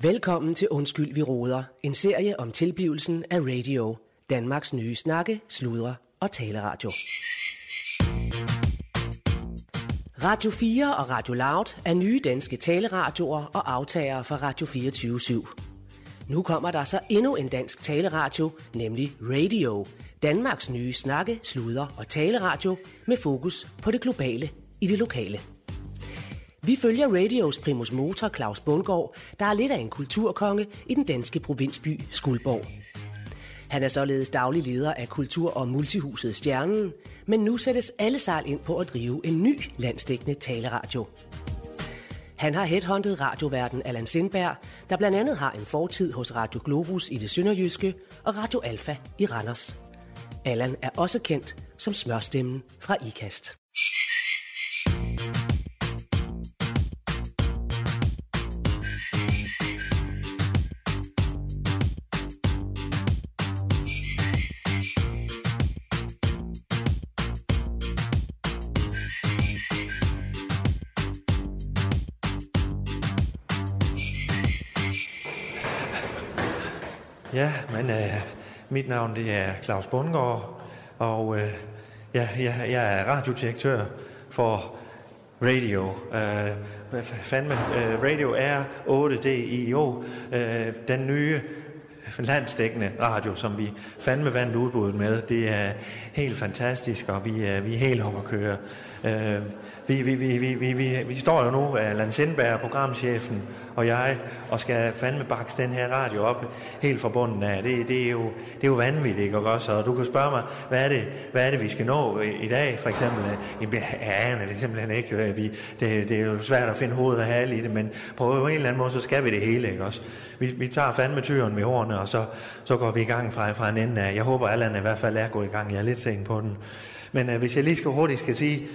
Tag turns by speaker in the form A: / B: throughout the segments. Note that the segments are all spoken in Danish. A: Velkommen til Undskyld, vi råder. En serie om tilblivelsen af radio. Danmarks nye snakke, sludre og taleradio. Radio 4 og Radio Loud er nye danske taleradioer og aftagere fra Radio 24 /7. Nu kommer der så endnu en dansk taleradio, nemlig Radio. Danmarks nye snakke, sluder og taleradio med fokus på det globale i det lokale. Vi følger Radios primus motor Claus Bundgaard, der er lidt af en kulturkonge i den danske provinsby Skuldborg. Han er således daglig leder af Kultur- og Multihuset Stjernen, men nu sættes alle sejl ind på at drive en ny landsdækkende taleradio. Han har headhunted radioverden Allan Sindberg, der blandt andet har en fortid hos Radio Globus i det sønderjyske og Radio Alfa i Randers. Allan er også kendt som smørstemmen fra IKAST.
B: Ja, men øh, mit navn det er Claus Bundgaard, og øh, ja, jeg, jeg er radiodirektør for Radio. Øh, hvad fanden, øh, radio er 8DIO, øh, den nye landsdækkende radio, som vi fandme vandt udbuddet med. Det er helt fantastisk, og vi er, vi er helt om at køre. Øh, vi, vi, vi, vi, vi, vi, vi står jo nu, Allan Sindberg, programchefen, og jeg, og skal fandme bakse den her radio op helt fra bunden af. Det, det, er, jo, det er jo vanvittigt, ikke også? Og du kan spørge mig, hvad er det, hvad er det vi skal nå i, i dag, for eksempel? Jamen, jeg aner det simpelthen ikke. øh, Vi, det, det er jo svært at finde hovedet og hale i det, men på en eller anden måde, så skal vi det hele, ikke også? Vi, vi tager fandme tyren med hornene, og så, så går vi i gang fra, fra en ende af. Jeg håber, Allan i hvert fald er gået i gang. Jeg er lidt sen på den. Men øh, hvis jeg lige skal hurtigt skal sige,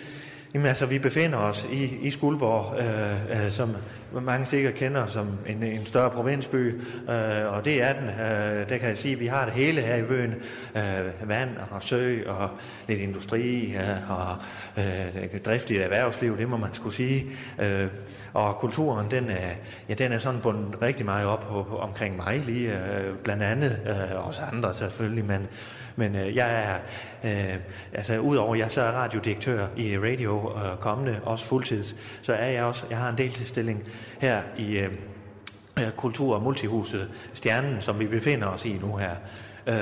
B: Jamen altså, vi befinder os i, i Skuldborg, øh, øh, som mange sikkert kender som en, en større provinsby, øh, og det er den. Øh, der kan jeg sige, at vi har det hele her i byen. Øh, vand og sø og lidt industri øh, og øh, driftigt erhvervsliv, det må man skulle sige. Øh, og kulturen, den er, ja, den er sådan bundet rigtig meget op på, på, omkring mig lige, øh, blandt andet øh, os andre selvfølgelig, men men øh, jeg er, øh, altså udover jeg så er radiodirektør i radio øh, kommende, også fuldtids, så er jeg også, jeg har en deltidsstilling her i øh, Kultur- og Multihuset Stjernen, som vi befinder os i nu her. Øh,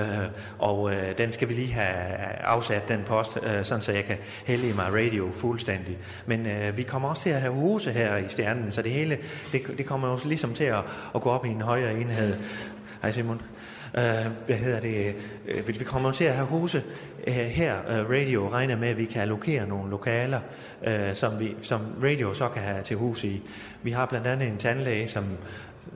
B: og øh, den skal vi lige have afsat, den post, øh, sådan så jeg kan hælde mig radio fuldstændig. Men øh, vi kommer også til at have huse her i stjernen, så det hele, det, det kommer jo ligesom til at, at gå op i en højere enhed. Hej Simon øh, hvad hedder det, øh, vi kommer til at have huse øh, her, øh, radio regner med, at vi kan allokere nogle lokaler, øh, som, vi, som radio så kan have til hus i. Vi har blandt andet en tandlæge, som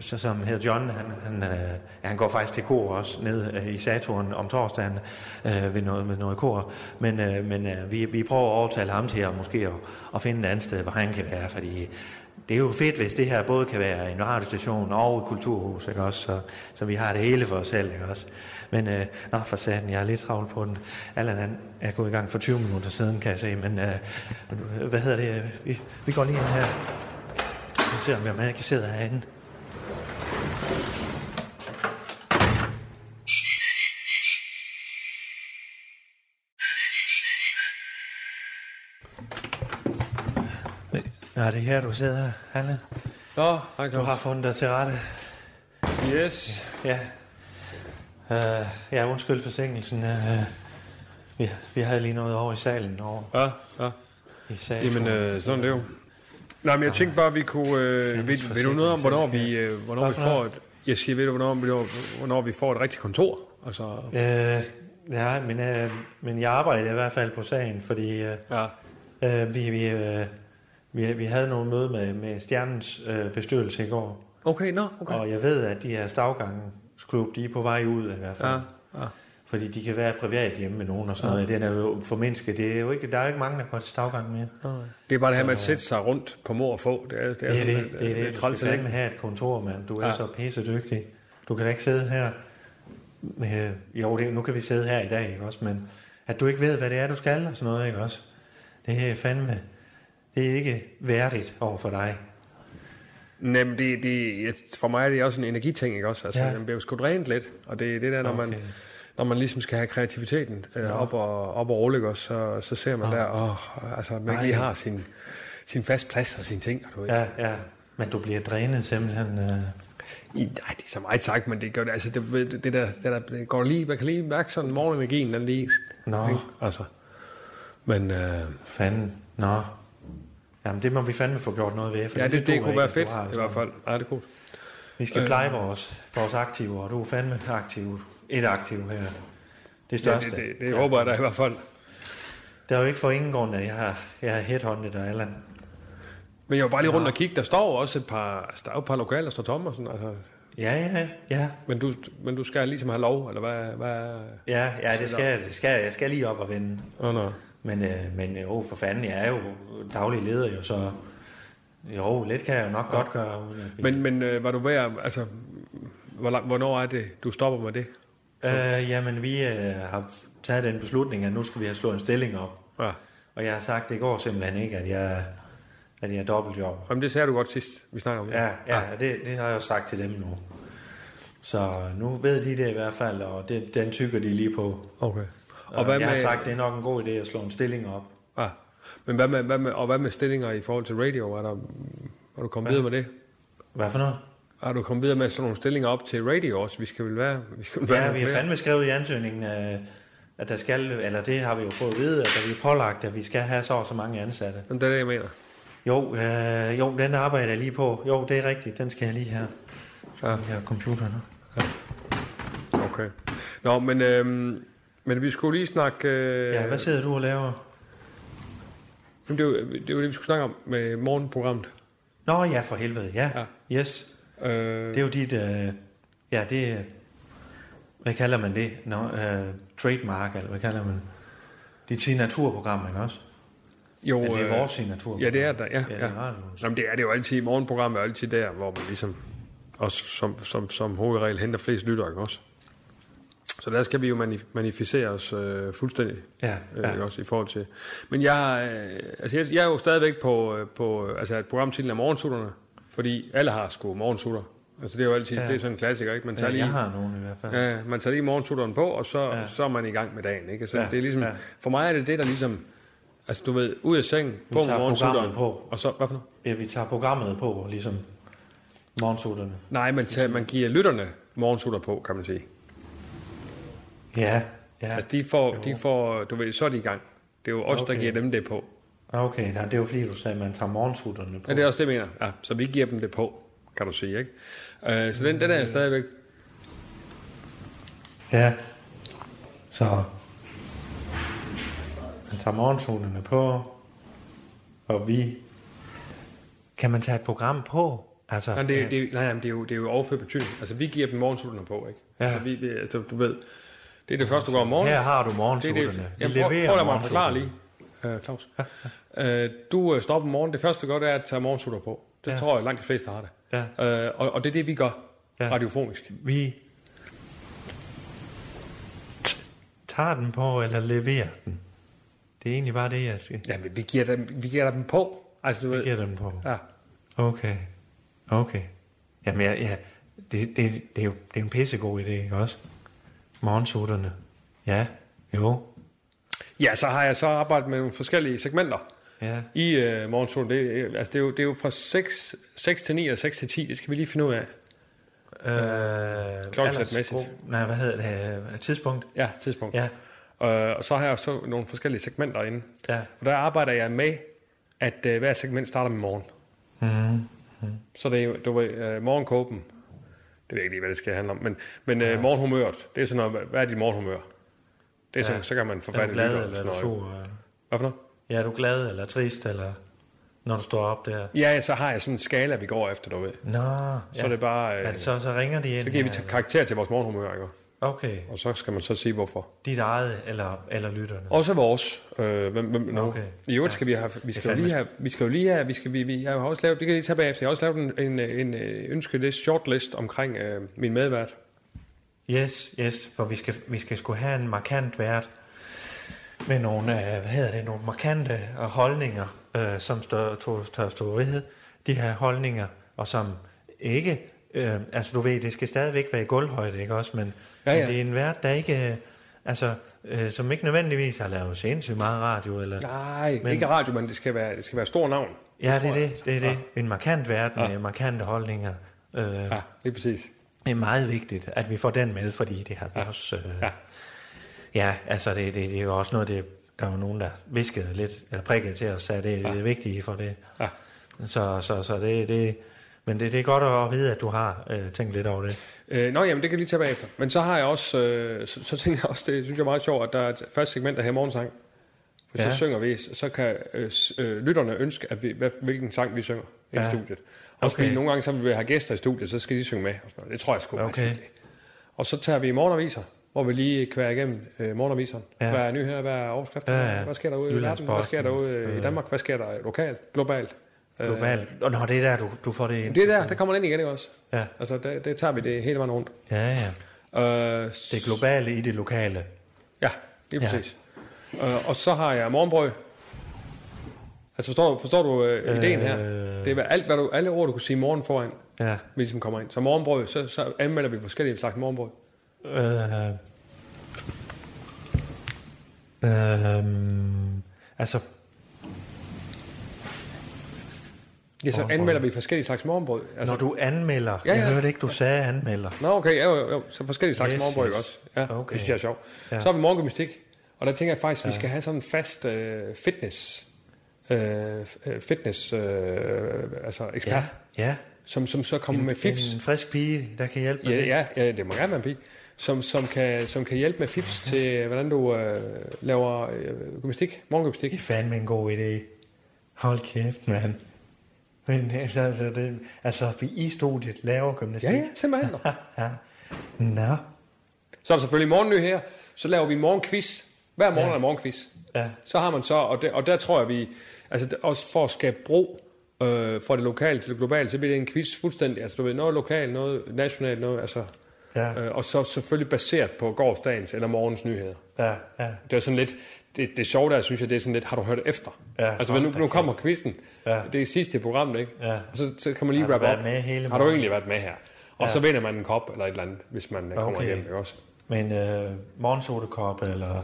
B: så, som hedder John, han, han, øh, han går faktisk til kor også ned øh, i Saturn om torsdagen øh, ved noget, med noget kor. Men, øh, men øh, vi, vi prøver at overtale ham til at måske at, at finde et andet sted, hvor han kan være, fordi det er jo fedt, hvis det her både kan være en radiostation og et kulturhus, ikke også? Så, så vi har det hele for os selv, ikke også? Men, øh, nå for satan, jeg er lidt travl på den. Allan han er gået i gang for 20 minutter siden, kan jeg se, men øh, hvad hedder det? Vi, vi går lige ind her. Vi ser, om jeg, jeg kan sidde herinde. Ja, det er her, du sidder, Allan.
C: Nå, hej
B: Du
C: Claus.
B: har fundet dig til rette.
C: Yes.
B: Ja. Uh, ja, undskyld forsinkelsen. Uh, vi, vi havde lige noget over i salen. Over
C: Ja, ja.
B: i salen.
C: Jamen, øh, sådan er det jo. Nej, men jeg tænkte bare, vi kunne... Øh, ved, ved du noget om, hvornår vi, øh, hvornår vi
B: Hvad for
C: får et... Jeg siger, ved du, hvornår, hvornår, hvornår vi får et rigtigt kontor? Altså,
B: Øh, ja, men, øh, men jeg arbejder i hvert fald på sagen, fordi øh,
C: ja.
B: øh, vi, vi, øh, vi, vi havde nogle møde med, med Stjernens øh, bestyrelse i går,
C: Okay, nå, okay.
B: og jeg ved, at de her stavgangsklub, de er på vej ud i hvert fald.
C: Ja,
B: Ja.
C: ja.
B: Fordi de kan være privat hjemme med nogen og sådan noget. Den er jo formindsket. Det er jo ikke, der er jo ikke mange, der går til stavgang mere.
C: Det er bare det her med at sætte sig rundt på mor og få. Det er det, er,
B: Det er
C: sådan,
B: det,
C: at-
B: det, er det.
C: er
B: Du
C: træls,
B: skal
C: at det
B: fandme
C: ikke.
B: have et kontor, mand. Du er
C: Ja.
B: så pisse dygtig. Du kan da ikke sidde her. Med, jo, det, nu kan vi sidde her i dag, ikke også? Men at du ikke ved, hvad det er, du skal og sådan noget, ikke også? Det er fandme... Det er ikke værdigt over for dig.
C: Nej, men det, det, for mig er det også en energiting, ikke også? Altså,
B: Ja.
C: ja. man bliver jo sgu drænet lidt, og det er det der, når, okay. man,
B: Okay.
C: når man ligesom skal have kreativiteten øh, op, og, op og rulle, ikke også? Så, så ser man ja. der, åh, altså, at man ikke lige
B: Ej.
C: har sin, sin fast plads og sine ting, og du ved.
B: Ja, ja. Men du bliver drænet simpelthen. Øh.
C: I, nej, det er så meget sagt, men det gør det, altså, det, det, det der, det der det går lige, man kan lige mærke sådan morgenenergien, den lige,
B: Nå.
C: ikke? altså. Men, øh,
B: Fanden. Nå. Jamen, det må vi fandme få gjort noget ved. for
C: ja, det, det
B: duer
C: kunne være
B: ikke, at
C: fedt,
B: du har det altså.
C: i hvert
B: sådan.
C: fald. Øh. Ja, det kunne.
B: Vi skal pleje vores, vores aktiver, og du er fandme aktiv. Et aktiv her. Det
C: Ja,
B: største.
C: det, det, det, håber jeg da i hvert fald.
B: Det er jo ikke for ingen grund, at jeg har, jeg har headhunted dig, Allan.
C: Men jeg var bare lige rundt og kigge, der står jo også et par, altså, der er jo et par lokaler, der står tomme og sådan, altså.
B: Ja, ja, ja.
C: Men du, men du skal ligesom have lov, eller hvad? hvad?
B: Ja, ja, det skal, jeg- det skal jeg. Jeg skal lige op og vende.
C: Nå, nå.
B: Men, øh, men øh, åh, for fanden, jeg er jo daglig leder jo, så jo, lidt kan jeg jo nok ja. godt gøre. uden at-
C: Men, men øh, var du ved at, altså, hvor, lang- hvornår er det, du stopper med det?
B: Øh, jamen, vi øh, har taget den beslutning, at nu skal vi have slået en stilling op.
C: Ja.
B: Og jeg har sagt, det går simpelthen ikke, at jeg, at jeg er dobbeltjobber.
C: Jamen, det sagde du godt sidst, vi snakker om det.
B: Ja, ja, det, det har jeg jo sagt til dem nu. Så nu ved de det i hvert fald, og det, den tykker de lige på.
C: Okay.
B: Og,
C: Og hvad
B: jeg
C: med,
B: har sagt, det er nok en god idé at slå en stilling op.
C: ja. Men hvad med, hvad med, og hvad med stillinger i forhold til radio? Er, der, er du kommet videre med det?
B: Hvad for noget?
C: Er du kommet videre med sådan nogle stillinger op til radio også? Vi skal vel være... Vi skal vel være
B: Ja,
C: nogle
B: vi har
C: flere.
B: fandme skrevet i ansøgningen, øh, at der skal, eller det har vi jo fået at vide, at vi er pålagt, at vi skal have så og så mange ansatte.
C: Jamen, det er det, jeg mener.
B: Jo, øh, jo, den arbejder jeg lige på. Jo, det er rigtigt, den skal jeg lige have.
C: Ja.
B: Jeg har computer nu.
C: Okay. Nå, men, øhm, men vi skulle lige snakke... Øh,
B: Ja, hvad sidder du og laver?
C: jamen, det, var, det var det, vi skulle snakke om med morgenprogrammet.
B: Nå ja, for helvede, ja.
C: Ja.
B: Yes,
C: Øh,
B: det er jo dit, øh, ja, det er- hvad kalder man det? Nå, øh, trademark, eller hvad kalder man Dit signaturprogram, ikke også?
C: jo,
B: Men det
C: øh,
B: er vores signaturprogram.
C: ja, det er der, ja,
B: ja.
C: ja.
B: det er radioens.
C: Jamen, det er det jo altid. Morgenprogrammet er altid der, hvor man ligesom også som, som, som hovedregel henter flest lytter, ikke også? Så der skal vi jo manif- manifestere os øh, fuldstændig.
B: Ja,
C: Øh,
B: ja.
C: ikke også i forhold til... Men jeg, øh, altså jeg, jeg er jo stadigvæk på, øh, på øh, altså at programtitlen er Morgensutterne, fordi alle har sgu morgensutter. Altså det er jo altid, ja. det er sådan en klassiker, ikke? Man tager
B: Ja,
C: lige,
B: jeg har nogen i hvert fald.
C: Ja, man tager lige morgensutteren på, og så, ja. så er man i gang med dagen. Ikke? Så
B: Ja,
C: ja, det er ligesom,
B: ja.
C: ja. For mig er det det, der ligesom... Altså, du ved, ud af sengen, på
B: tager
C: med morgensutteren.
B: programmet på.
C: Og så, hvad for noget?
B: Ja, vi tager programmet på, ligesom morgensutterne.
C: Nej, man, tager,
B: Ligesom-
C: man giver lytterne morgensutter på, kan man sige.
B: Ja, ja.
C: Altså, de får, de får, du ved, så er de i gang. Det er jo os, okay.
B: Okay.
C: der giver dem det på.
B: Ah, Okay, nej, det er jo fordi, du sagde, at man tager morgensutterne på.
C: Ja, det er også det, jeg mener. Ja, så vi giver dem det på, kan du sige, ikke? Øh, så den, den er jeg stadigvæk...
B: Ja. Så man tager morgensutterne på, og vi... Kan man tage et program på? Altså,
C: Nej, det, er- det, er- nej, jamen, det, er jo, det er jo overført betydning. Altså, vi giver dem morgensutterne på, ikke?
B: Ja.
C: Altså, vi, vi, altså, du ved, det er det første, du går om morgenen.
B: her har du
C: Det er
B: morgensutterne.
C: det. Jamen, prøv, prøv, prøv at mig forklare lige, uh, Claus. Uh, du uh, stopper om morgenen. Det første, du gør, det er at tage morgensutter på. Det
B: Ja.
C: ja. tror jeg, langt de fleste har det. Ja. Uh, og, og det er det, vi gør
B: Ja.
C: ja. radiofonisk.
B: Vi tager den på, eller leverer den. Det er egentlig bare det, jeg skal.
C: Jamen, vi giver dem, vi giver dem på. Altså, du
B: Jeg
C: ved,
B: giver den på.
C: ja.
B: Okay. Okay. Jamen, ja, ja. Det, det, det, er jo, det er en pissegod idé, ikke også? Morgensutterne. Ja. Jo.
C: ja, så har jeg så arbejdet med nogle forskellige segmenter
B: Ja.
C: i uh, morgensutter. Det, er- altså, det, er jo, det er jo fra 6, 6 til 9 eller 6 til 10. Det skal vi lige finde ud af.
B: Øh,
C: Klokkesætmæssigt.
B: alders- Nej, hvad hedder det? Øh, Tidspunkt.
C: Ja, tidspunkt.
B: Ja.
C: Øh, og så har jeg så nogle forskellige segmenter inde.
B: Ja.
C: Og der arbejder jeg med, at øh, hver segment starter med morgen. Mm-hmm.
B: Mm-hmm.
C: Så det er jo, du ved, øh, morgenkåben. Det ved jeg ikke lige, hvad det skal handle om. Men, men øh, morgenhumøret, det er sådan noget, hvad er dit morgenhumør? Det er sådan, så kan man få
B: Er
C: fat
B: du
C: i
B: glad,
C: lytteren og
B: eller er
C: sådan
B: du
C: noget.
B: sur? eller-
C: Hvad for noget?
B: Ja, er du glad, eller trist, eller når du står op der?
C: Ja, så har jeg sådan en skala, vi går efter, du ved. Så
B: Nå, ja. Altså,
C: er det bare...
B: Er
C: Øh,
B: det så, så ringer de ind?
C: så giver vi
B: her,
C: t- karakter til vores morgenhumør, ikke?
B: eller- Okay.
C: Og så skal man så sige, hvorfor.
B: Dit eget, eller, eller lytterne?
C: Også vores. Øh, hvem, hvem, no.
B: Okay.
C: okay. I øvrigt skal vi have, vi skal jo lige have, vi skal jo lige have, vi skal, vi, vi, jeg har også lavet, det kan jeg lige tage bagefter, jeg har også lavet en, en, en øh, ønskelist, shortlist omkring øh, min medvært.
B: Yes, yes, for vi skal, vi skal skulle have en markant vært med nogle, øh, hvad hedder det, nogle markante øh, holdninger, øh, som tør, tør, tør stå ved de her holdninger og som ikke, øh, altså du ved, det skal stadigvæk være i gulvhøjde, ikke også, men,
C: Ja,
B: ja, ja.
C: ja.
B: men det er en vært, der ikke, øh, altså, øh, som ikke nødvendigvis har lavet sindssygt meget radio, eller,
C: Nej, men,
B: Men-
C: ikke radio, men det skal være, det skal være stor navn.
B: ja, det
C: tror
B: er
C: jeg.
B: det, det er det, en markant verden,
C: Ja.
B: ja. markante holdninger, øh, ja.
C: Ja, lige præcis.
B: det er meget vigtigt, at vi får den med, fordi det har vi ja. også, øh,
C: Ja.
B: ja. ja, altså det, det, det er jo også noget, det, der var nogen, der viskede lidt, eller prikkede til os, at det, ja. det er vigtigt for det.
C: Ja.
B: Så, så, så det, det, men det, det er godt at vide, at du har øh, tænkt lidt over det.
C: Øh, nå, jamen, det kan jeg lige tage bagefter. Men så har jeg også, øh, så, så tænker jeg også, det synes jeg er meget sjovt, at der er et første segment, der hedder morgensang. For ja.
B: Ja.
C: så synger vi, så kan øh, s- øh, lytterne ønske, at vi, hvad, hvilken sang vi synger ja. i
B: Ja.
C: studiet. Også
B: Okay.
C: fordi nogle gange, så vil vi have gæster i studiet, så skal de synge med. og sådan noget. Det tror jeg sgu. er meget
B: Okay.
C: hyggeligt. Og så tager vi morgenaviser, hvor vi lige kværer igennem øh, morgenaviseren. Ja.
B: Ja.
C: Hvad er nyheder, hvad er overskrifter,
B: Ja,
C: ja,
B: ja.
C: ja. hvad sker der ude i verden, hvad
B: Jyllands-Posten,
C: sker der ude øh, i Danmark, hvad sker der lokalt, globalt. Øh,
B: Globalt. Øh, Nå, det er der, du, du får det ind.
C: det er der, der kommer den ind igen, ikke også?
B: Ja.
C: Altså, det, det tager vi det hele vejen rundt.
B: Ja, ja.
C: Øh,
B: Det globale i det lokale.
C: Ja, lige
B: Ja.
C: præcis. Øh, og så har jeg morgenbrød. Altså forstår du, forstår du øh, ideen her?
B: Øh.
C: Det er hvad- alt, hvad du, alle ord, du kunne sige morgen foran,
B: Ja.
C: vi ligesom kommer ind. Så morgenbrød, så, så anmelder vi forskellige slags morgenbrød.
B: Øh, øh, altså,
C: Ja, så
B: Morgenbrød.
C: anmelder vi forskellige slags morgenbrød.
B: altså,
C: Altså,
B: når du anmelder.
C: Ja,
B: Ja,
C: ja.
B: ja. Jeg hørte ikke, du sagde anmelder.
C: Nå, okay, jo, jo, jo, så forskellige slags yes,
B: Yes,
C: morgenbrød
B: yes.
C: også. Ja, okay.
B: Okay.
C: det synes jeg er sjovt. Ja.
B: Ja.
C: Så har vi morgengymnastik, og der tænker jeg faktisk, at vi skal have sådan en fast øh, fitness, øh, f- fitness øh, altså ekspert, ja.
B: Ja. Ja.
C: som, som så kommer med fifs.
B: En frisk pige, der kan hjælpe med
C: Ja,
B: det.
C: ja, ja, det må gerne være en pige. Som, som, kan, som kan hjælpe med tips til, hvordan du øh, laver øh, gymnastik, morgengymnastik.
B: Det er fandme en god idé. Hold kæft, mand. Men altså, altså, det, altså vi i studiet laver gymnastik.
C: Ja, ja, simpelthen. Nå.
B: ja. Nå.
C: Så er der selvfølgelig morgenny her. Så laver vi en morgenquiz. Hver morgen ja. er en morgenquiz.
B: Ja.
C: Så har man så, og der, og der tror jeg, vi... Altså der- også for at skabe bro øh, fra det lokale til det globale, så bliver det en quiz fuldstændig. Altså du ved, noget lokalt, noget nationalt, noget... Altså,
B: Ja.
C: øh, og så selvfølgelig baseret på gårdsdagens eller morgens nyheder.
B: Ja, ja.
C: Det er sådan lidt, det, det sjove der, synes jeg, det er sådan lidt, har du hørt efter?
B: Ja,
C: altså, nu,
B: hold da
C: nu kommer quizzen. Ja.
B: Ja.
C: Det er sidste program, ikke?
B: Ja.
C: Og så, så kan man lige
B: Har du
C: wrap
B: været
C: op.
B: med hele
C: har du
B: morgen?
C: egentlig været med her? Og så vinder man en kop eller et eller andet, hvis man okay. kommer
B: Okay.
C: hjem, ikke også?
B: Men øh, morgensodekop eller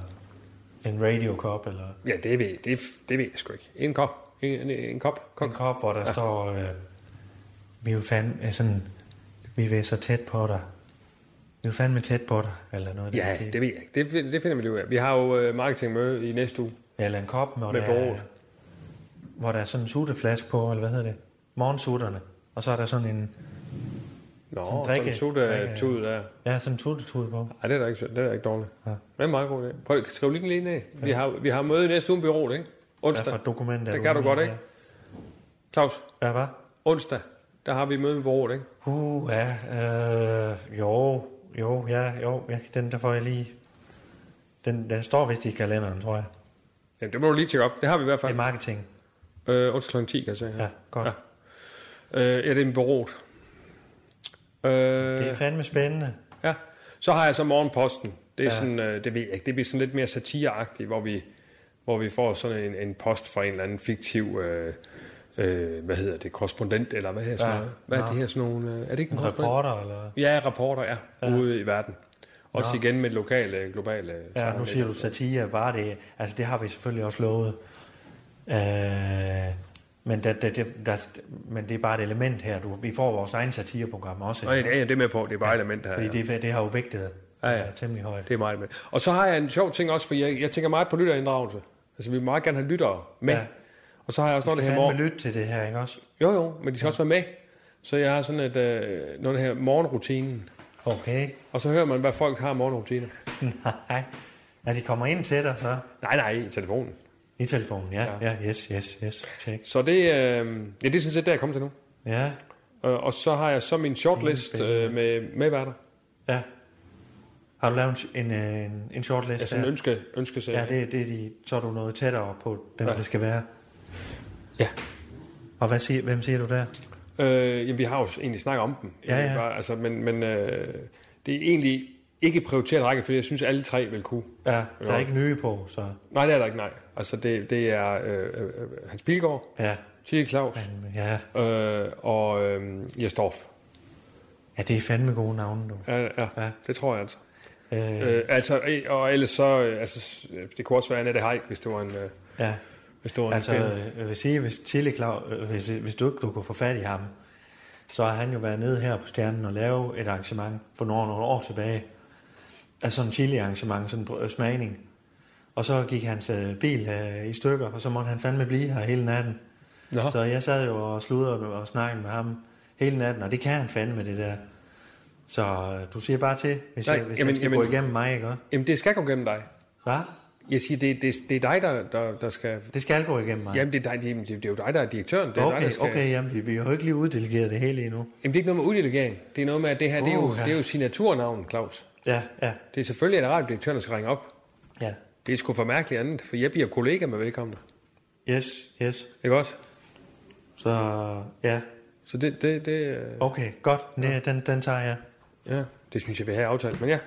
B: en radiokop eller
C: Ja, det ved, det, det ved jeg sgu ikke. En kop. En, en, en kop.
B: en
C: kop.
B: kop, hvor der ja. står, øh, vi vil fandme øh, sådan, vi vil så tæt på dig. Vi vil fandme tæt på dig, eller noget. af den
C: Ja,
B: stil.
C: det ved jeg ikke. Det, fin- det finder vi lige ud af. Vi har jo øh, marketingmøde i næste uge.
B: Eller en kop, hvor,
C: Med
B: der,
C: bordet.
B: er, hvor der er sådan en sutteflaske på, eller hvad hedder det? Morgensutterne. Og så er der sådan en, Sådan
C: Nå, sådan
B: drikke-
C: en soda
B: drikke-
C: tud der.
B: ja, sådan en suttetud på.
C: Ej, det er da ikke, det er da ikke dårligt. Ja.
B: Ja.
C: Det er en meget god idé. Prøv, skriv lige den lige ned. Vi har, vi har møde i næste uge i byrådet, ikke?
B: Hvad
C: Onsdag.
B: for et dokument er
C: Det kan du
B: ude i
C: godt,
B: her?
C: ikke? Claus,
B: Hvad var?
C: onsdag, der har vi møde med bureauet, ikke?
B: Uh, ja, øh, jo, jo, ja, jo, ja, den der får jeg lige... Den, den står vist i kalenderen, tror jeg.
C: Jamen, det må du lige tjekke op. Det har vi i hvert
B: Det
C: fald.
B: er marketing.
C: Øh, onsdag kl. 10, kan jeg sige.
B: Ja, godt.
C: Ja.
B: Ja.
C: Øh, ja, det er med bureauet.
B: Det er
C: Øh,
B: fandme spændende.
C: ja. Så har jeg så morgenposten. Det er ja.
B: Ja.
C: sådan, øh, det ved jeg ikke, det bliver sådan lidt mere satireagtigt, hvor vi, hvor vi får sådan en, en post fra en eller anden fiktiv, øh, øh, hvad hedder det, korrespondent, eller hvad hedder sådan
B: Ja.
C: noget? Hvad er
B: Nå.
C: det her sådan nogle, øh, er det ikke en,
B: En
C: korrespondent?
B: reporter, eller...
C: Ja, rapporter, ja, ja, ude i verden. Også Nå. igen med lokale, globale.
B: Ja, nu
C: øh, sammenhæng.
B: siger du satire, bare det... Altså, det har vi selvfølgelig også lovet. Øh, men, der, der, der, der, men det er bare et element her. Du, vi får vores egen satireprogram også.
C: Nå, ja, det er- det er med på. Det er bare ja. element her.
B: Fordi
C: Ja. Det,
B: det, det har jo vægtet
C: Ja,
B: ja,
C: ja.
B: ja. temmelig højt.
C: det er meget med. Og så har jeg en sjov ting også, for jeg, jeg tænker meget på lytterinddragelse. Altså, vi vil meget gerne have lyttere med. Ja.
B: Ja.
C: Og så har jeg også
B: Skal
C: noget, der her
B: fandme
C: morgen.
B: lytte til det her, ikke også?
C: Jo, jo, men de skal også være med. Så jeg har sådan et, øh, noget, der her morgenrutinen.
B: Okay.
C: Og så hører man, hvad folk har af morgenrutiner.
B: Nej. Ja, de kommer ind til dig så.
C: Nej, nej, i telefonen.
B: I telefonen, ja. Ja, ja yes, yes, yes. Check.
C: Så det, øh, ja, det er sådan set, der jeg kom til nu.
B: Ja,
C: Øh, Og så har jeg så min shortlist øh, med medværter.
B: ja. Har du lavet en, øh, en, en shortlist?
C: Ja, sådan Altså, en
B: der?
C: ønske, ønskeserie.
B: ja, det, er- det er de, så er du noget tættere på, dem,
C: Ja.
B: ja. det skal være.
C: ja.
B: Og hvad siger, hvem siger du der?
C: Øh, jamen, vi har jo egentlig snakket om dem.
B: Ja, ja.
C: Bare, altså, men men øh, det er egentlig ikke prioriteret række, fordi jeg synes, alle tre vil kunne.
B: Ja, der
C: Jo.
B: er ikke nye på, så
C: Nej, det er der ikke, nej. Altså, det, det er øh, øh, Hans Bilgaard,
B: ja.
C: T.J. Claus
B: Ja,
C: øh, og øh, Jes Dorf.
B: ja det er fandme gode navne, du.
C: Ja, ja,
B: Ja.
C: ja, det tror jeg altså.
B: Øh,
C: Øh, altså, øh, og ellers så, øh, altså, s- øh, det kunne også være Annette Heik, hvis det var en, øh,
B: ja.
C: hvis det var en
B: Altså,
C: kvinde.
B: øh, jeg vil sige, hvis, Chile Claus, øh, hvis, hvis du ikke du kunne få fat i ham, så har han jo været nede her på Stjernen og lave et arrangement for nogle, nogle år tilbage. Altså sådan en chili-arrangement, sådan en br- smagning. Og så gik hans øh, bil øh, i stykker, og så måtte han fandme blive her hele natten.
C: Nå,
B: øh, Så jeg sad jo og sludrede med- og snakkede med ham hele natten, og det kan han fandme, det der. Så øh, du siger bare til, hvis, Nej,
C: Nej,
B: jeg, hvis jamen,
C: jamen,
B: han skal
C: jamen.
B: gå igennem mig, ikke også?
C: jamen det skal gå gennem dig.
B: Hvad?
C: Jeg siger, det, det, det er dig, der, der, der skal...
B: Det skal gå igennem mig.
C: Jamen, det er, dig, det, det er jo dig, der er direktøren. Det er dig,
B: okay,
C: der skal,
B: okay, jamen, vi, vi har jo ikke lige uddelegeret det hele endnu.
C: Jamen, det er ikke noget med uddelegering. Det er noget med, at det her, det er jo,
B: Uha.
C: det er jo signaturnavn, Claus.
B: Ja, ja,
C: Det er selvfølgelig, at radiodirektøren der skal ringe op.
B: ja.
C: Det er sgu for mærkeligt andet, for jeg bliver kollega med velkomne.
B: Yes, yes.
C: Ikke også?
B: Så øh, ja,
C: Så det, det, det, øh,
B: okay, godt. Ja. Den, den tager jeg.
C: ja, det synes jeg, vi har aftalt, men ja.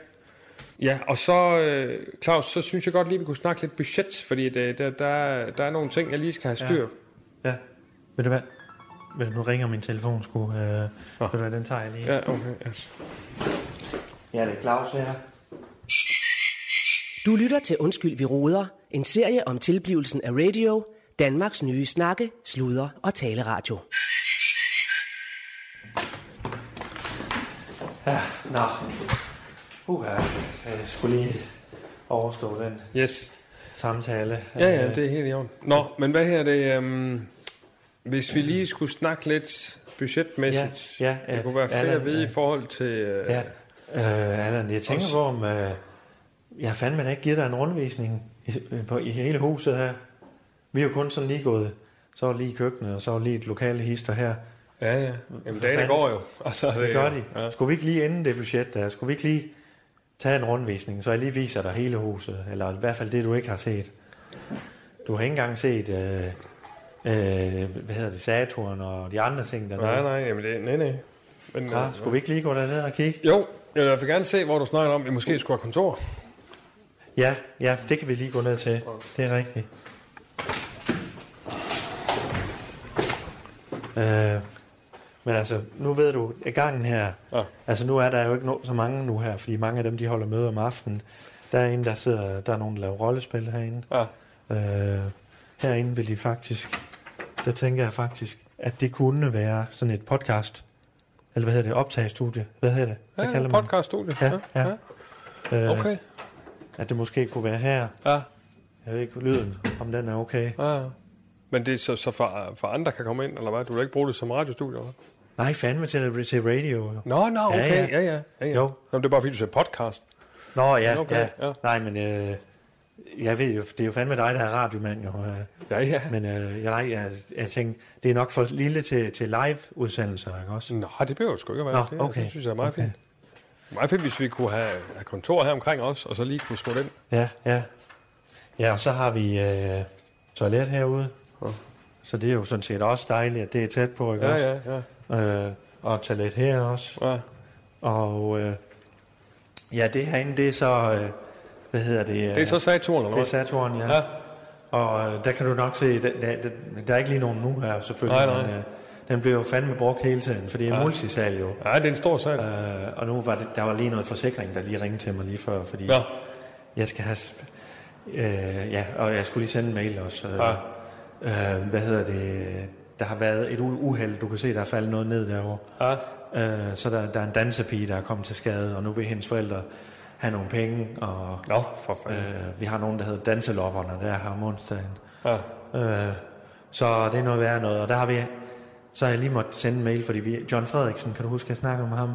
C: Ja, og så, øh, Claus, så synes jeg godt lige, vi kunne snakke lidt budget, fordi det, der, der, der er nogle ting, jeg lige skal have styr.
B: Ja. Ved du hvad? Ved du, Nu ringer min telefon sgu. Øh, ved du hvad, den tager jeg lige.
C: Ja, ja okay. Yes.
B: ja det er Claus her.
A: Du lytter til Undskyld, vi roder, en serie om tilblivelsen af radio, Danmarks nye snakke, sludder og taleradio.
B: Nå. Uha, jeg skulle lige overstå den
C: yes.
B: samtale.
C: Ja, ja, det er helt i orden. Nå, men hvad her det... Øhm, hvis vi lige skulle snakke lidt budgetmæssigt,
B: Ja, ja, ja.
C: det kunne være fedt
B: Allan,
C: at vide
B: ja.
C: i forhold til... Øh,
B: Ja. Øh, Allan, jeg tænker på, om øh, jeg fandme da ikke giver dig en rundvisning i, øh, på, i hele huset her. Vi er jo kun sådan lige gået, så var lige i køkkenet, og så var lige et lokale hister her.
C: Ja, ja. Jamen,
B: For
C: dagene
B: fanden.
C: går jo. Og så er
B: Det gør de.
C: Ja.
B: Skulle vi ikke lige inden det budget der, skulle vi ikke lige tage en rundvisning, så jeg lige viser dig hele huset, eller i hvert fald det, du ikke har set. Du har ikke engang set, øh, øh, hvad hedder det, Saturn og de andre ting dernede.
C: Nej, nej, jamen det, nej, nej. Men,
B: Ja,
C: ja,
B: skulle vi ikke lige gå derned og kigge?
C: Jo, jeg vil i hvert fald gerne se, hvor du snakker om, at vi måske skulle have kontor.
B: Ja, ja, det kan vi lige gå ned til. Det er rigtigt. Øh, men altså, nu ved du, at gangen her,
C: Ja.
B: altså nu er der jo ikke no- så mange nu her, fordi mange af dem, de holder møde om aftenen. Der er en, der sidder, der er nogen, der laver rollespil herinde.
C: Ja.
B: Øh, herinde vil de faktisk, der tænker jeg faktisk, at det kunne være sådan et podcast, eller hvad hedder det, optagestudie, hvad hedder det? Hvad
C: Ja, ja podcaststudie.
B: Ja, ja. Øh,
C: Okay.
B: At det måske kunne være her,
C: Ja,
B: jeg ved ikke, lyden, om den er okay.
C: ja. ja. Men det er så, så for, for andre kan komme ind, eller hvad? Du vil ikke bruge det som radiostudie, eller hvad?
B: Nej, fandme til, til radio. Jo.
C: Nå, nå,
B: Ja,
C: okay.
B: ja.
C: Ja, ja. ja, ja.
B: Jo.
C: Nå, men det er bare fordi, du sagde podcast.
B: Nå, ja, okay,
C: Okay,
B: ja.
C: ja.
B: Nej, men øh, jeg ved jo, det er jo fandme dig, der er radiomand jo. Øh.
C: Ja, ja.
B: Men øh, jeg, nej, jeg, jeg tænkte, det er nok for lille til, til live-udsendelser, ikke også?
C: Nå, det behøver det sgu ikke at være.
B: Nå,
C: det,
B: okay.
C: det synes jeg er meget
B: Okay.
C: okay. fint. Meget fint, hvis vi kunne have, have kontor her omkring os, og så lige kunne smutte ind.
B: Ja, ja. Ja, og så har vi øh, toilet herude.
C: Ja.
B: Så det er jo sådan set også dejligt, at det er tæt på, ikke
C: Ja,
B: også?
C: ja, ja.
B: Øh, og toilet her også.
C: ja.
B: Og øh, ja, det herinde, det er så, øh, hvad hedder det? Øh,
C: Det er så Saturn, eller
B: Det er
C: hvad?
B: Saturn, ja. ja.
C: Ja.
B: Og øh, der kan du nok se, der, der, der, der er ikke lige nogen nu her selvfølgelig,
C: Nej, nej.
B: men øh, den blev jo fandme brugt hele tiden, for det er ja. multisal jo.
C: Ja, det er en stor sal.
B: Øh, og nu var det, der var lige noget forsikring, der lige ringede til mig lige før, fordi
C: Ja.
B: jeg skal have... s- Øh, ja, og jeg skulle lige sende en mail også. Øh,
C: Ja.
B: øh, hvad hedder det? Der har været et u- uheld, du kan se, der er faldet noget ned derovre.
C: Ja.
B: Øh, så der, der er en dansepige, der er kommet til skade, og nu vil hendes forældre have nogle penge, og
C: Nå, for fanden.
B: øh, vi har nogen, der hedder Danselopperne, der er her om onsdagen.
C: Ja.
B: Øh, så det er noget værre noget, og der har vi... Så har jeg lige måtte sende en mail, fordi vi, John Frederiksen, kan du huske, at jeg snakkede om ham?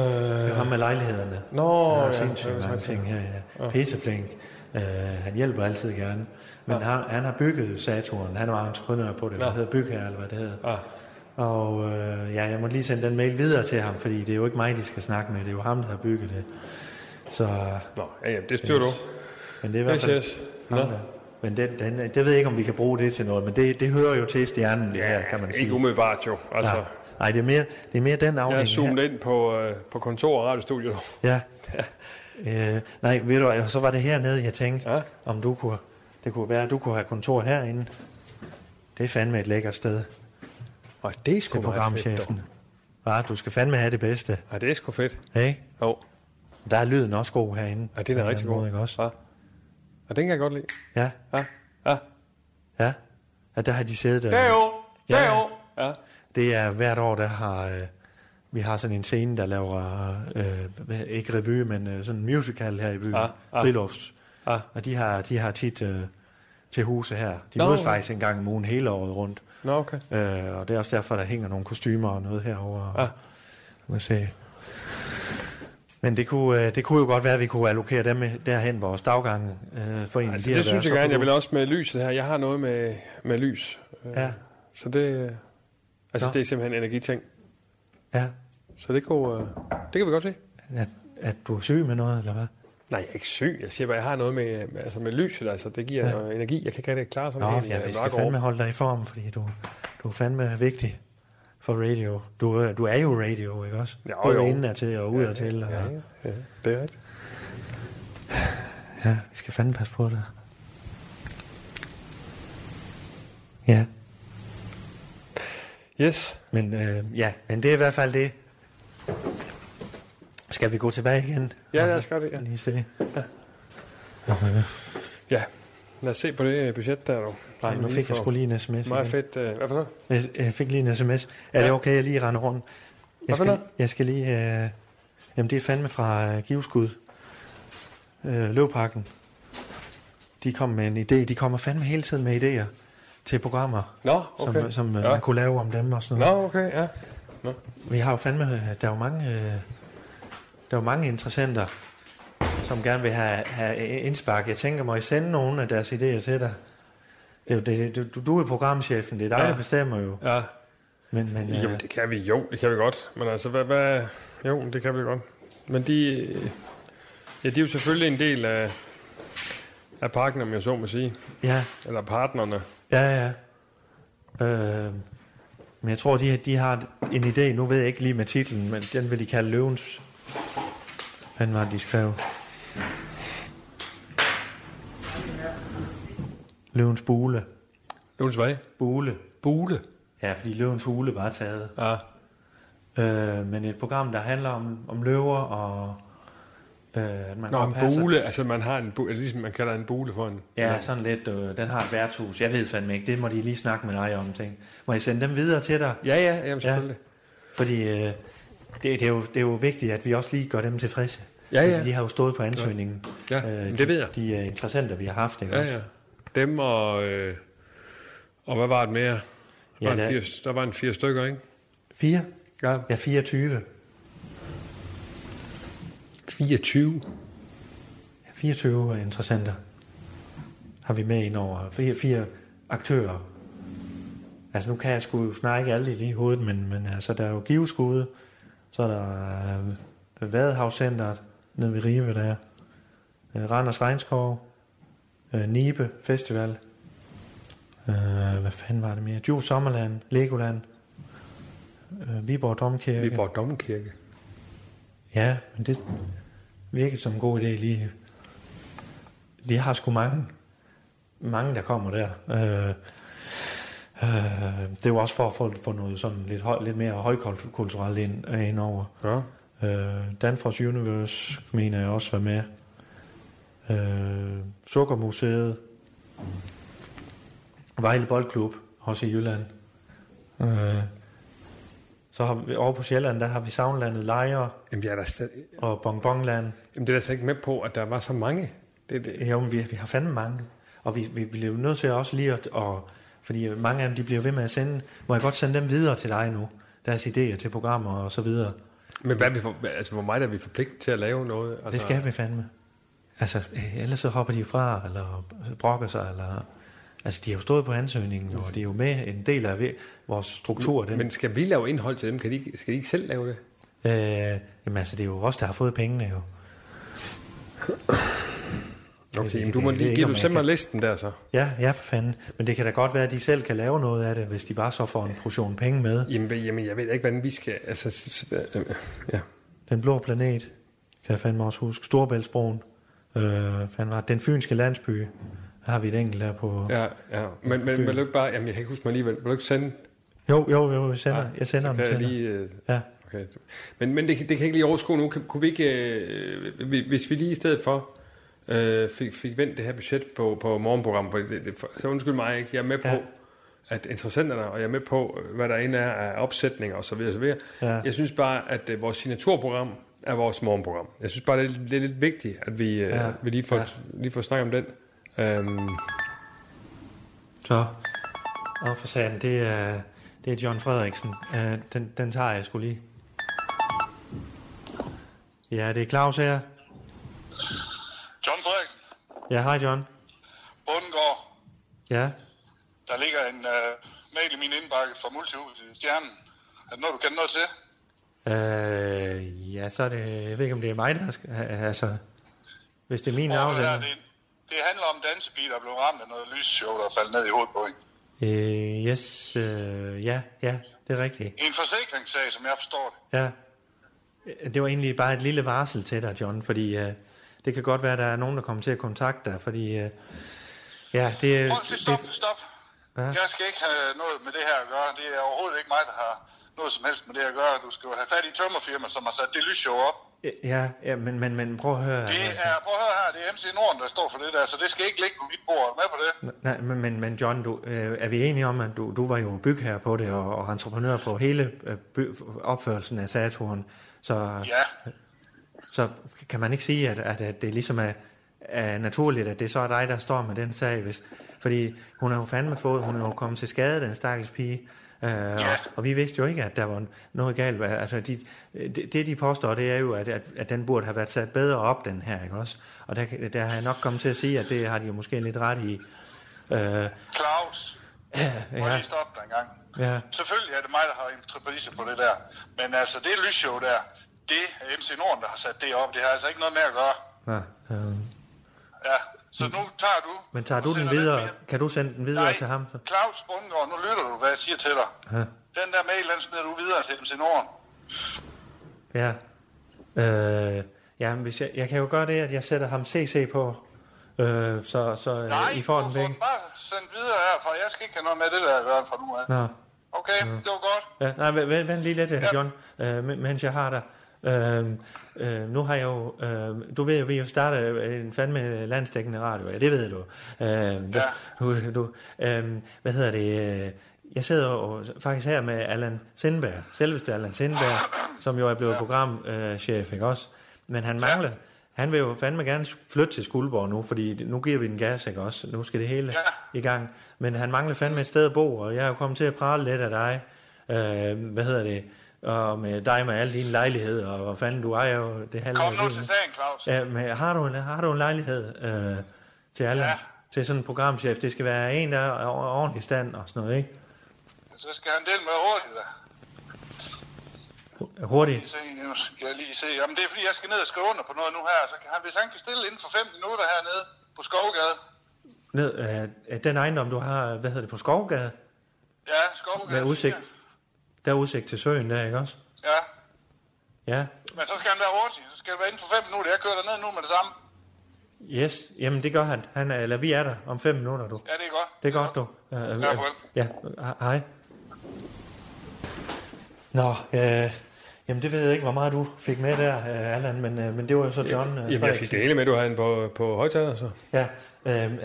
B: Det er Øh, ham med lejlighederne.
C: Nå,
B: han har
C: ja,
B: sindssygt
C: det er
B: mange
C: rigtigt.
B: ting her. Ja. Pisseplink. Øh, han hjælper altid gerne. Men han, han har bygget Saturn. Han var entreprenør på det. Det
C: Nå.
B: hedder Bygherre, eller hvad det hedder.
C: ja.
B: Og øh, ja, jeg må lige sende den mail videre til ham, fordi det er jo ikke mig, de skal snakke med. Det er jo ham, der har bygget det. Så,
C: Nå, ja, ja, det styrer du.
B: men det er i hvert
C: Yes,
B: fald...
C: yes.
B: ham,
C: Nå.
B: der- Men den, den, det ved jeg ikke, om vi kan bruge det til noget, men det, det hører jo til stjernen, det her, kan man sige.
C: Ikke umiddelbart jo. Altså,
B: Nej, Nej, det er mere, det er mere den afdeling
C: jeg har
B: her.
C: zoomet ind på, øh, på kontor og radiostudiet.
B: Ja. øh, nej, ved du, hvad, så var det hernede, jeg tænkte, ja.
C: Ja.
B: om du kunne, det kunne være, at du kunne have kontor herinde. Det er fandme et lækkert sted. Og det er sgu
C: Det er meget fedt,
B: programchefen.
C: dog.
B: Ja, du skal fandme have det bedste.
C: Ja, det er sgu fedt.
B: Ikke?
C: Jo,
B: Der er lyden også god herinde.
C: ja, det er da
B: På en
C: rigtig
B: eller anden måde,
C: godt.
B: ikke Også.
C: Ja. ja, den kan jeg godt lide.
B: Ja,
C: Ja, ja.
B: ja. Ja, der har de siddet øh, der.
C: Det er jo. Det er
B: Ja.
C: jo. Ja.
B: Det er hvert år, der har... Øh, vi har sådan en scene, der laver, øh, hvad- ikke revy, men øh, sådan en musical her i byen.
C: Ah,
B: Ah,
C: ah.
B: ah. Frilufts.
C: Ah.
B: Og de har, de har tit øh, til huse her. De
C: Nå.
B: mødes faktisk en gang om ugen hele året rundt.
C: Nå, okay.
B: Øh, og det er også derfor, der hænger nogle kostymer og noget herovre.
C: Ah.
B: Må jeg se. Men det kunne, øh, det kunne jo godt være, at vi kunne allokere dem derhen, vores daggange øh, for en.
C: Altså, det synes jeg gerne. Jeg vil også med lyset her. Jeg har noget med, med lys. Øh,
B: Ja,
C: Så det, øh, altså,
B: Nå.
C: det er simpelthen en energiting.
B: ja.
C: Så det, kunne, øh, det kan vi godt se.
B: At, at du er syg med noget, eller hvad?
C: Nej, jeg er ikke syg. Jeg siger bare, jeg har noget med, med- altså med lyset. Altså, det giver ja.
B: Ja.
C: noget energi. Jeg kan ikke rigtig klare sådan øh,
B: Nå,
C: en
B: ja, vi skal
C: mørk
B: fandme
C: år.
B: holde dig i form, fordi du, du er fandme vigtig for radio. Du, er- du er jo radio, ikke også?
C: Jo,
B: Både
C: jo.
B: inden til og ud af til. Og,
C: Ja, ja, ja, det er rigtigt.
B: Ja, vi skal fandme passe på det. Ja,
C: Yes.
B: men, øh, ja, men det er i hvert fald det. Skal vi gå tilbage igen?
C: Ja, lad os gøre det, ja.
B: Lige se.
C: Ja, lad os se på det øh, budget der, du.
B: Nej, nu fik jeg sgu lige en sms. igen.
C: Meget fedt. øh, Hvad for noget?
B: Jeg, jeg fik lige en sms. Er
C: Ja.
B: det okay, jeg lige render rundt?
C: Hvad
B: Jeg
C: for
B: skal,
C: noget?
B: jeg skal lige... Øh, jamen, det er fandme fra øh, Giveskud. Øh, Løvparken. De kom med en idé. De kommer fandme hele tiden med idéer til programmer,
C: Nå, okay.
B: som, som øh,
C: ja.
B: man kunne lave om dem og sådan noget.
C: Nå, okay, ja.
B: Vi har jo fandme... øh, Der er jo mange... Øh, der er jo mange interessenter, som gerne vil have, have indspark. Jeg tænker, må I sende nogle af deres idéer til dig? Det, er jo det, det, du, du er programchefen. Det er dig,
C: Ja.
B: ja. der bestemmer jo.
C: Ja,
B: Men, men, øh,
C: Jamen, det kan vi. Jo, det kan vi godt. Men altså, hvad... hvad jo, det kan vi godt. Men de... øh, Ja, de er jo selvfølgelig en del af, af parken, om jeg så må sige.
B: ja.
C: Eller partnerne.
B: Ja, ja. Øh, men jeg tror, de, har- de har en idé. Nu ved jeg ikke lige med titlen, men den vil de kalde Løvens. Han var det, de skrev. Løvens bule.
C: Løvens Vej.
B: Bule.
C: Bule.
B: Ja, fordi Løvens hule var taget.
C: Ja,
B: Øh, men et program, der handler om, om løver og... Øh, at man
C: Nå, en
B: passer-
C: bule, altså man har en bule, altså, ligesom man kalder en bule for en...
B: Ja, sådan lidt. Øh, den har et værtshus. Jeg ved fandme ikke. Det må de lige snakke med dig om. Ting. Må jeg sende dem videre til dig?
C: Ja, ja, jamen selvfølgelig.
B: Fordi øh, det, det, er jo, det er jo vigtigt, at vi også lige gør dem tilfredse.
C: Ja, ja.
B: Fordi De har jo stået på ansøgningen. Øh,
C: Ja, men
B: de,
C: det ved jeg.
B: De er interessenter, vi har haft. Ikke
C: Ja,
B: også?
C: ja. Dem og... Øh, og hvad var det mere? Der,
B: Ja,
C: var en
B: der-
C: fire, der var en fire stykker, ikke?
B: Fire?
C: Ja.
B: Ja, 24.
C: 24.
B: Ja, 24 interessenter har vi med ind over. Fire, fire aktører. Altså nu kan jeg sgu snart ikke alle i lige i hovedet, men, men altså, der er jo Giveskud, så er der øh, Vadehavscenteret nede ved Rive, der er øh, Randers Regnskov, øh, Nibe Festival, øh, hvad fanden var det mere? Juice Sommerland, Legoland, øh, Viborg Domkirke.
C: Viborg Domkirke.
B: Ja, men det virkede som en god idé lige. De har sgu mange, mange der kommer der. Øh, øh, det er jo også for at få, få noget sådan lidt, høj, lidt mere højkulturelt ind, øh, ind over.
C: Ja.
B: Øh, Danfoss Universe mener jeg også var med. Øh, Sukkermuseet. Vejle Boldklub, også i Jylland. Øh, så har vi, over på Sjælland, der har vi Savnlandet Lejre
C: Jamen, jeg er da slet,
B: og Bonbonland.
C: Jamen, det er jeg slet ikke med på, at der var så mange. Det, det.
B: Jo, men vi, vi har fandme mange. Og vi, vi bliver jo nødt til også lige at... Og, fordi mange af dem, de bliver ved med at sende. Må jeg godt sende dem videre til dig nu? Deres idéer til programmer og så videre.
C: Men hvad er vi for, altså, hvor meget er vi forpligtet til at lave noget? Altså,
B: Det skal vi fandme. Altså, øh, ellers så hopper de jo fra, eller brokker sig, eller... Altså, de har jo stået på ansøgningen, og de er jo med en del af vi- vores struktur. Den,
C: Men skal vi lave indhold til dem? Kan de, ikke- skal de ikke selv lave det?
B: øh, jamen, altså, det er jo os, der har fået pengene jo.
C: Okay,
B: det-
C: det, du må
B: det- det er
C: lige
B: ikke,
C: give
B: om
C: du
B: jeg
C: send mig
B: kan-
C: listen der så.
B: Ja, ja, for fanden. Men det kan da godt være, at de selv kan lave noget af det, hvis de bare så får en portion penge med.
C: Jamen, ved- jamen jeg ved ikke, hvordan vi skal... Altså, s- s- øh, ja.
B: Den blå planet, kan jeg fandme også huske. Storbæltsbroen. Øh, fandme, var det? den fynske landsby. Har vi et enkelt der på...
C: Ja, ja. Men, men, men vil du ikke bare... Jamen, jeg kan ikke huske mig alligevel. Vil du ikke sende...
B: Jo, jo, jo, jeg sender,
C: Ja,
B: jeg sender
C: så
B: dem
C: kan
B: til
C: jeg
B: dig.
C: lige... Øh,
B: Ja.
C: okay. Men, men det, kan- det kan jeg ikke lige overskue nu. Kan, kunne vi ikke... Øh, vi- hvis vi lige i stedet for øh, fik, fik vendt det her budget på, på morgenprogrammet, for det, det, for, så undskyld mig ikke, jeg er med på,
B: Ja.
C: ja. at interessenterne, og jeg er med på, hvad der egentlig er af opsætninger osv. videre.
B: Ja.
C: Jeg synes bare, at øh, vores signaturprogram er vores morgenprogram. Jeg synes bare, det er, det er lidt vigtigt, at vi, øh,
B: Ja.
C: ja. vi lige, får,
B: Ja.
C: ja. lige får snakket om den. Øhm,
B: Så. Og for satan, det er, det er John Frederiksen. Øh, Den, den tager jeg sgu lige. Ja, det er Claus her.
D: John Frederiksen,
B: Ja, hej John.
D: Bundengård,
B: Ja,
D: der ligger en øh, mail i min indbakke fra Multihuset Stjernen. Er det noget, du kender noget til?
B: øh, ja så er det, jeg ved ikke om det er mig, der skal, altså, hvis det er min
D: Prøv at høre,
B: navn.
D: det, det handler om dansebiler, der blev ramt af noget lysshow, der faldt ned i hovedet på en.
B: Øh, yes, øh, ja, ja, det er rigtigt.
D: En forsikringssag, som jeg forstår det.
B: Ja. Øh, Det var egentlig bare et lille varsel til dig, John, fordi øh, det kan godt være, at der er nogen, der kommer til at kontakte dig, fordi øh, ja, det er...
D: Prøv at stop, stop.
B: Hvad?
D: Jeg skal ikke have noget med det her at gøre. Det er overhovedet ikke mig, der har noget som helst med det at gøre. Du skal jo have fat i tømmerfirma, som har sat det lysshow op.
B: Ja, ja men, men, men prøv at høre... øh,
D: Det er, prøv at høre her, det er MC Norden, der står for det der, så det skal ikke ligge på mit bord. Er du med på det?
B: Nej, men, men, men John, du, øh, er vi enige om, at du, du var jo bygherre på det, og, og entreprenør på hele øh, by, opførelsen af Saturn, så,
D: Ja,
B: så kan man ikke sige, at, at, at det ligesom er, er naturligt, at det så er dig, der står med den sag, hvis, fordi hun har jo fandme fået, hun er jo kommet til skade, den stakkels pige, øh, og, og vi vidste jo ikke, at der var noget galt. Altså, de, det, det, de påstår, det er jo, at, at, at den burde have været sat bedre op, den her, ikke også? Og der, kan- der har jeg nok kommet til at sige, at det har de jo måske lidt ret i. Øh,
D: Claus, må jeg
B: ja,
D: lige stoppe dig en gang.
B: ja,
D: Selvfølgelig er det mig, der har entreprise på det der. Men altså, det lysshow der, det er MC Norden, der har sat det op. Det har altså ikke noget med at gøre.
B: nej, øh.
D: Ja, så nu tager du...
B: Mm. Men tager du
D: og
B: den
D: sender
B: videre?
D: mail-
B: Kan du sende den videre
D: Nej,
B: til ham? så?
D: Claus Bundgaard, nu lytter du, hvad jeg siger til dig.
B: Ja.
D: Den der mail, den smider du videre til MC Norden.
B: Ja. Øh, ja, men hvis jeg, jeg kan jo gøre det, at jeg sætter ham CC på, øh, så, så
D: Nej,
B: øh, I får
D: du
B: den væk.
D: den bare sendt videre herfra. Jeg skal ikke have noget med det der at gøre fra nu af.
B: Nå.
D: Okay, det var godt.
B: Ja, nej, vent, vent, vent lige lidt, ja. John, øh, men- mens jeg har dig. Øh, øh, nu har jeg jo, øh, du ved jo, vi har startet en fandme landsdækkende radio, ja, det ved du. Øh, ja. du, du øh, hvad hedder det? øh, Jeg sidder jo faktisk her med Allan Sindberg, selveste Allan Sindberg, som jo er blevet programchef, ikke også? Men han mangler, han vil jo fandme gerne flytte til Skuldborg nu, fordi nu giver vi den gas, ikke også? Nu skal det hele i gang. Men han mangler fandme et sted at bo, og jeg er jo kommet til at prale lidt af dig. Øh, hvad hedder det? Og med dig med alle dine lejligheder, og hvor fanden du ejer jo det halve...
D: Kom
B: af
D: nu
B: byen.
D: til sagen, Claus.
B: Ja, men har du en, har du en lejlighed øh, til alle? Ja.
D: Ja.
B: Til sådan en programchef? Det skal være en, der er o- ordentlig i stand og sådan noget, ikke?
D: Så skal han dele med hurtigt da.
B: Hurtigt.
D: Lige se, nu skal jeg lige se. Jamen, det er fordi, jeg skal ned og skrive under på noget nu her. Så kan han, hvis han kan stille inden for 5 minutter hernede på Skovgade.
B: Ned, øh, den ejendom, du har, hvad hedder det, på Skovgade?
D: Ja, Skovgade.
B: Med udsigt.
D: 4.
B: Der er udsigt til søen der, ikke også?
D: Ja,
B: Ja.
D: men så skal han være hurtig. Så skal det være inden for 5 minutter. Jeg kører derned nu med det samme.
B: Yes. Jamen, det gør han. han er, eller vi er der om fem minutter, du.
D: Ja, det er godt.
B: Det er godt, du. Øh, øh,
D: Ja, farvel.
B: ja, he- hej. Nå, øh, jamen det ved jeg ikke, hvor meget du fik med der, øh, Allan, men, øh, men det var jo så John øh,
C: jamen, jeg fik det hele med, du havde den på, på højtaler, så.
B: Ja, øh, øh,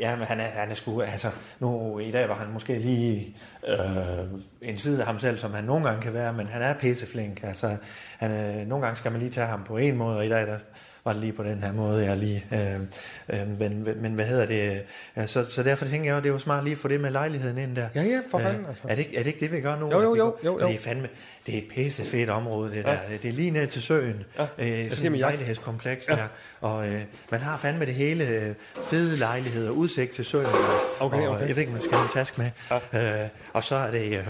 B: ja men han er, han er sgu, altså, nu i dag var han måske lige øh, en side af ham selv, som han nogle gange kan være, men han er pisseflink, altså, han, øh, nogle gange skal man lige tage ham på en måde, og i dag der var det lige på den her måde, jeg lige, øh, øh, men, men hvad hedder det, øh, så, så derfor tænker jeg, at det er jo smart lige at få det med lejligheden ind der.
C: Ja, ja, for fanden,
B: altså.
C: altså.
B: er, det, ikke- er det ikke det, vi gør nu?
C: Jo, jo,
B: At vi
C: jo,
B: går-
C: jo, jo.
B: Det er fandme, det er et pissefedt område, det der, det er lige ned til søen,
C: Ja,
B: øh,
C: jeg
B: sådan
C: siger
B: en
C: med jagt.
B: lejlighedskompleks ja. der. Og øh, man har fandme det hele. Øh, fede lejligheder, udsigt til søen. og-
C: Okay,
B: og,
C: okay.
B: øh, Jeg ved ikke, om man skal have en task med. Ja. Øh, og så er det... Øh,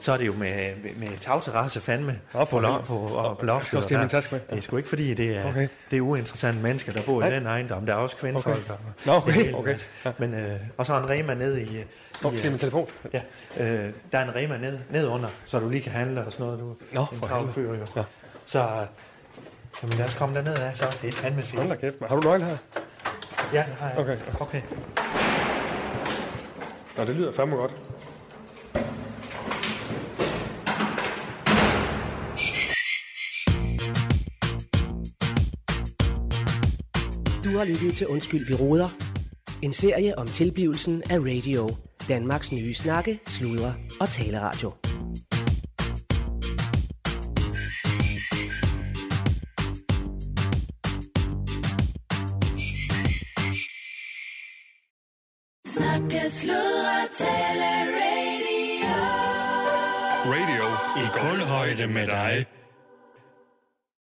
B: så er det jo med, med, med tagterrasse fandme
C: Op
B: på,
C: for
B: lo-
C: helvede.
B: på, og på
C: Jeg skal
B: loftet
C: også
B: og
C: lige have
B: der.
C: min taske med.
B: Det er sgu ikke fordi, det er, okay.
C: Okay.
B: det er uinteressante mennesker, der bor i
C: Nej.
B: den ejendom. Der er også kvindefolk. Okay.
C: Nå, okay, okay.
B: Ja. Men, øh, og så er en Rema nede i... øh,
C: Nå,
B: i
C: det er min telefon.
B: Ja, øh, der er en Rema ned, ned under, så du lige kan handle og sådan noget. Du
C: Nå,
B: en
C: for
B: travl fyr, jo. Ja. Så øh, jamen, lad os komme derned af, så det er fandme fedt.
C: Hold da kæft, man. har du nøgle her?
B: Ja, det har jeg.
C: Okay.
B: okay.
C: Nå, det lyder fandme godt.
A: Du har lyttet til Undskyld, vi roder. En serie om tilblivelsen af radio. Danmarks nye snakke, sludre og taleradio.
E: Snakke, sludre, tale, radio.
F: Radio i guldhøjde med dig.